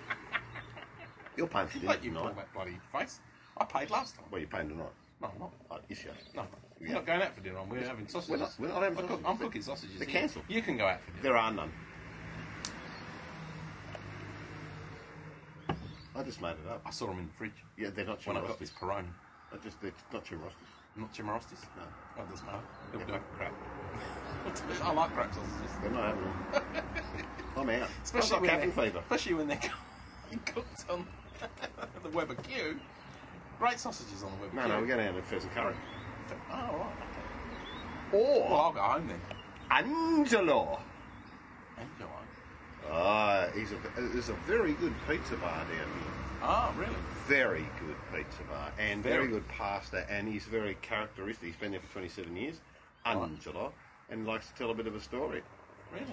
You're paying for dinner Like you pull tonight. that bloody face. I paid last time. Well, you're paying tonight. No, I'm not. Oh, yes, you are. No, we're Yeah. not going out for dinner. We're having sausages. We're not- we're not having I'm cook- sausages. I'm cooking sausages. They're here. cancelled. You can go out for dinner. There are none. I just made it I up. saw them in the fridge Yeah, they're not when I got chimorostis. this Peroni. I just they're not chimorostis. Not chimarostis? No. Oh, it doesn't matter. They'll do crap. I like crap sausages. They're not having them. I'm out. I've got when cabin they're- fever. Especially when they're cooked on the Weber Q. Great sausages on the Weber No, Q. no, we're going down to pheasant curry. Oh, all right. Or Well, I'll go home then. Angelo. And go home. Ah, he's a, there's a very good pizza bar down here. Oh, really? Very good pizza bar and very, Very. good pasta, and he's very characteristic. He's been there for 27 years, Angelo, and likes to tell a bit of a story. Really?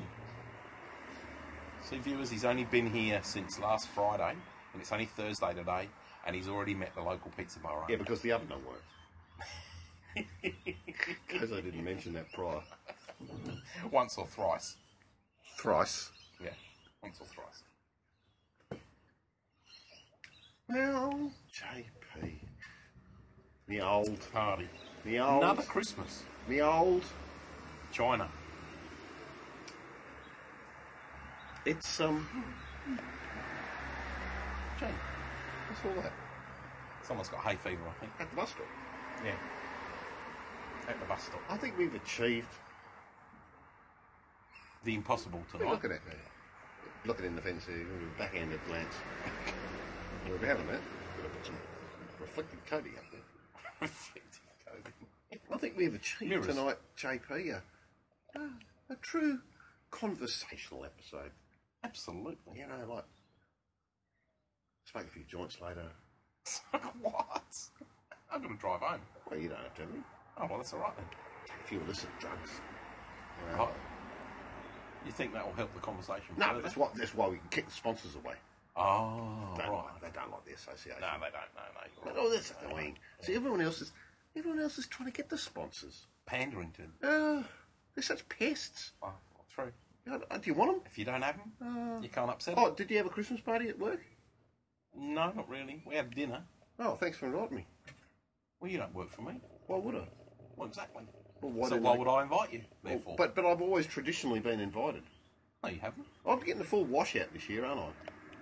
So, viewers, he's only been here since last Friday, and it's only Thursday today, and he's already met the local pizza bar Yeah, owner. because the oven don't work. Because I didn't mention that prior. Once or thrice. Thrice. Yeah, once or thrice. Well, JP. The old, Party. the old, Another Christmas. the old. China. It's um. Gee, What's all that? someone's got hay fever, I think. At the bus stop. Yeah. At the bus stop. I think we've achieved. The impossible Hey, tonight. Look at it. Look at it in the fence here. We're backhanded glance. We're having that. We've got to put some reflective coating up there. Reflective clothing. I think we've achieved Mirrors. tonight, JP, a, a true conversational episode. Absolutely. You know, like smoke a few joints later. what? I'm going to drive home. Well, you don't have to. have them. Oh, well, that's all right then. Take a few illicit drugs. Oh. You think that will help the conversation? No, further? but that's why that's why we can kick the sponsors away. Oh, They don't right. like- They don't like the association. No, they don't. No, no. But you're all right. this annoying. See, everyone else is. Everyone else is trying to get the sponsors. Pandering to them. Uh, they're such pests. Oh, true. You know, Do you want them? If you don't have them, you can't upset Oh, them. did you have a Christmas party at work? No, not really. We have dinner. Oh, thanks for inviting me. Well, you don't work for me. Why would I? Well, exactly. Well, why so did why I- would I invite you? Therefore, Well, but but I've always traditionally been invited. no, you haven't. I'm getting a full washout this year, aren't I?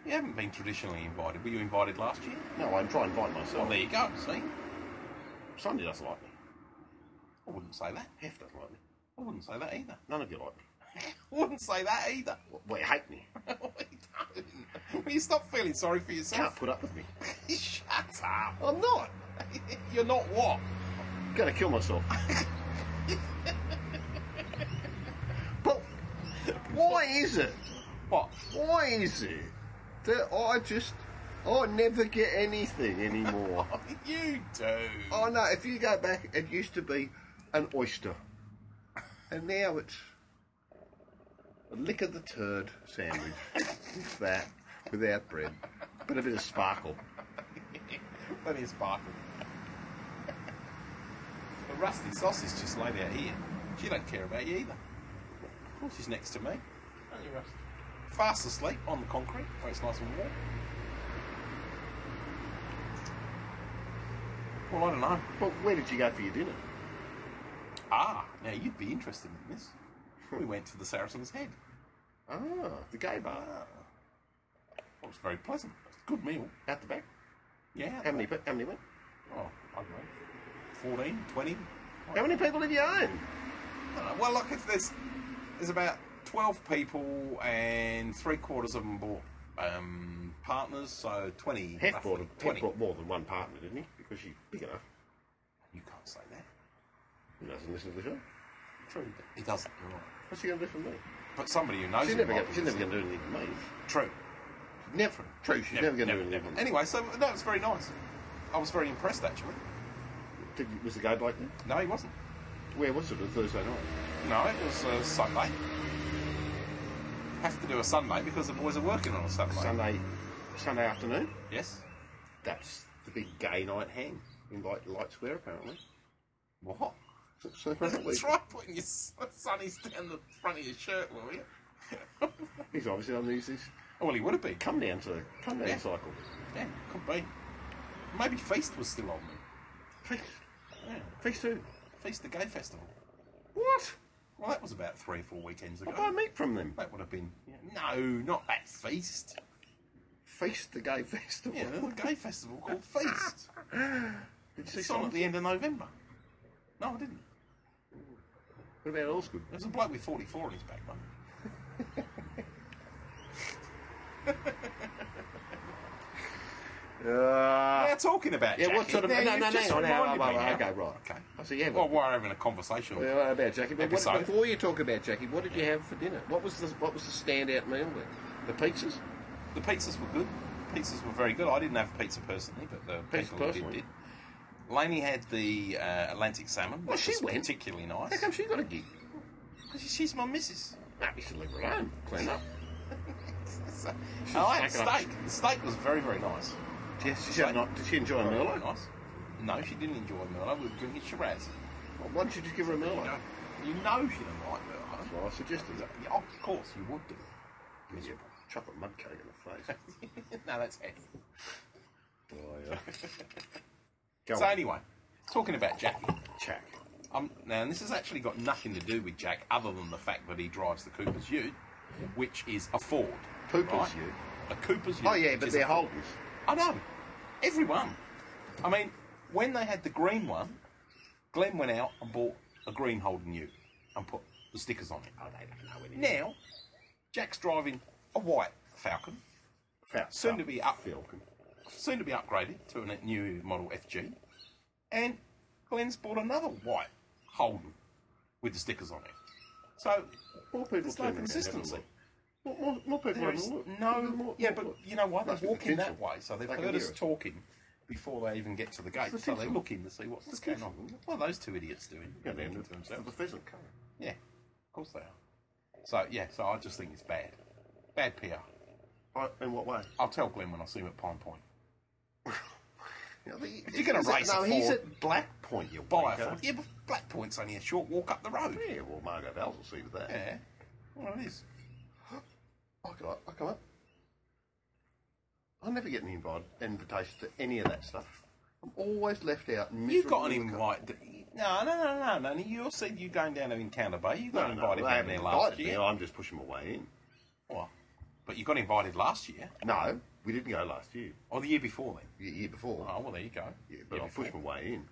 You haven't been traditionally invited. Were you invited last year? No, I'm trying to invite Well, myself. there you go. See, Sunday doesn't like me. I wouldn't say that. Hef doesn't like me. I wouldn't say that either. None of you like me. I wouldn't say that either. Well, Well, you hate me. Will you stop feeling sorry for You can't yourself? put up with me. Shut up. I'm not. You're not what? Gonna kill myself. but why is it? What? Why is it that I just I never get anything anymore? You do. Oh no, if you go back, it used to be an oyster. And now it's a lick of the turd sandwich. It's that, without bread. But a bit of sparkle. Plenty of sparkle. the rusty sausage just laid out here. She don't care about you either. Of course she's next to me. Aren't you, Rusty? Fast asleep on the concrete where it's nice and warm. Well, I don't know. Well, where did you go for your dinner? Ah, now you'd be interested in this. We went to the Saracen's Head. Ah, the gay bar. It was very pleasant. Good meal. Out the back. Yeah. How many, pe- how many went? Oh, I don't know. 14, 20? How many people have you owned? I don't know. Well, look, if there's there's about 12 people and three quarters of them bought um, partners, so 20. Hef roughly. brought, a- 20. Hef brought more than one partner, didn't he? Because she's big enough. You can't say that. He doesn't listen to the show. True. He doesn't. You're right. What's she going to do for me? But somebody who knows She's him never, might gonna, be she's never listening. going to do anything for me. True. Never. True, she's never, going to do anything for me. Anyway, so that was very nice. I was very impressed, actually. Did, was the guy bloke there? No, he wasn't. Where was it on Thursday night? No, it was a Sunday. Have to do a Sunday because the boys are working on a Sunday. Sunday, Sunday afternoon. Yes. That's the big gay night hang in Light, Light Square, apparently. What? So, so apparently, Try putting your s- sunnies down the front of your shirt, will you? he's obviously on these this Oh, well, he would have been. come down to come down Yeah. cycle. Yeah, could be. Maybe Feast was still on then. Feast, Yeah. feast who? Feast the Gay Festival. What? Well, that was about three or four weekends ago. I buy meat from them. That would have been. No, not that Feast. Feast the gay festival. Yeah, there's a gay festival called Feast. Did you see It's on at Simon? the end of November. No, I didn't. What about Allsgood? There's a bloke with 44 on his back, mate. Uh, We're talking about yeah, Jackie. what sort of- Now, no, you've no, just no, no, reminded no, me no, now. okay, right. Okay. I see, yeah, Well, but- we're having a conversation. yeah, what uh, about Jackie? But what, Episode. before you talk about Jackie, what did you have for dinner? What was the what was the standout meal? With? The pizzas? The pizzas were good. Pizzas were very good. I didn't have pizza personally, but the Pizza people who did, personally? did. Laney had the uh, Atlantic salmon, Well, which she was went. particularly nice. How come she got a gig? She's my missus. No, you should leave her alone. Clean up. So, oh, I had stuck it up. steak. The steak was very, very nice. Yes, she said not. Did she enjoy a Very Merlot? nice. No, she didn't enjoy Merlot. We were drinking Shiraz. Well, Why don't you just give her a You Merlot? know, you know she didn't like Merlot. Well, I suggested that. Yeah, of course, you would do. Yeah, chocolate mud cake in the face. no, that's it. oh, yeah. Go So on, anyway, talking about Jackie. Jack. Um, now, this has actually got nothing to do with Jack other than the fact that he drives the Cooper's Ute, which is a Ford. Cooper's Ute? A Cooper's Ute. Oh, yeah, which but is a they're Ford. Holdens. I know. Everyone. I mean, when they had the green one, Glenn went out and bought a green Holden Ute and put the stickers on it. Oh, they don't know anything. Now, Jack's driving a white Falcon, Fat soon to be up, Falcon. soon to be upgraded to a new model FG, and Glenn's bought another white Holden with the stickers on it. So More people there's no turn around, consistency. haven't they? More, more, more people There haven't is looked. There's no, more- yeah, more but look. you know what? Must They're be walking that potential. way, so they've They can heard hear us it. talking before they even get to the gate. So they're potential. looking to see what's going on. What are those two idiots doing? Yeah, they're Thinking to the, themselves. the pheasant colour. Yeah, of course they are. So yeah, so I just think it's bad, bad PR. Oh, in what way? I'll tell Glenn when I see him at Pine Point. You know, the- If you're gonna is it- race a No, he's Ford- at Black Point, you Buy a wanker. Ford. Yeah, but Black Point's only a short walk up the road. Yeah, well, Margot Vales will see to that. Yeah. Well, it is. I come up. I come up. I never get any invite, invitations to any of that stuff. I'm always left out. and You got an miserable. invite. d- No, no, no, no, no. no. You all said you going down to Encounter Bay. You No, got no, they invited down haven't there invited last me. year. I'm just pushing my way in. Well, but you got invited last year No, we didn't go last year. or the year before then. The year before. Oh well, there you go. yeah, but I Your pushed my fault. way in.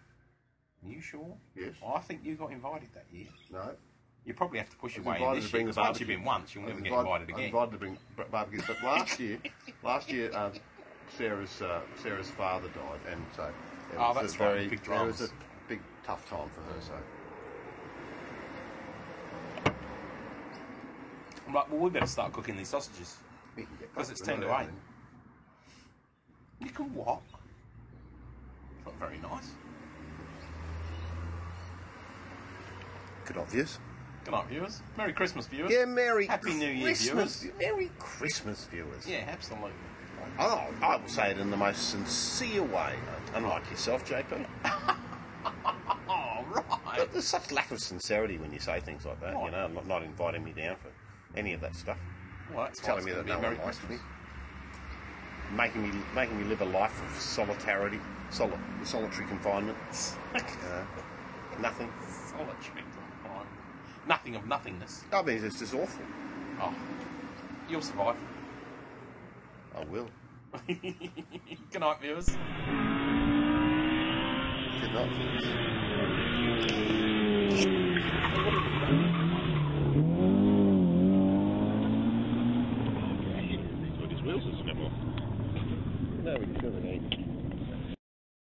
You sure? Yes. I think you got invited that year. No. You probably have to push I your was way in invited this to bring year. the 'cause Once you've barbecue. been once, you'll I was never get invite- I invited was again. invited to bring b- barbecues, but last year, last year, um, Sarah's uh, Sarah's father died, and so it Oh, was that's a right, very big it was a dramas. big tough time for her. So I'm like, well, we better start cooking these sausages. we can get Because back it's 10 to another 8. one. You can walk. It's not very nice. Good obvious. Good night, viewers. Merry Christmas, viewers. Yeah, Merry Happy New Year, Christmas, viewers. Merry Christmas, viewers. Yeah, absolutely. Oh, I will say it in the most sincere way, unlike yourself, JP. Oh, right. But there's such lack of sincerity when you say things like that. You Right. know, not, not inviting me down for any of that stuff. Well, that's why telling it's me gonna that be no a Merry one likes Christmas. me, making me making me live a life of solitarity, soli- solitary confinement, uh, nothing. Solitary confinement. Nothing of nothingness. I mean, it's just awful. Oh, you'll survive. I will. Good night, viewers. Good night, viewers.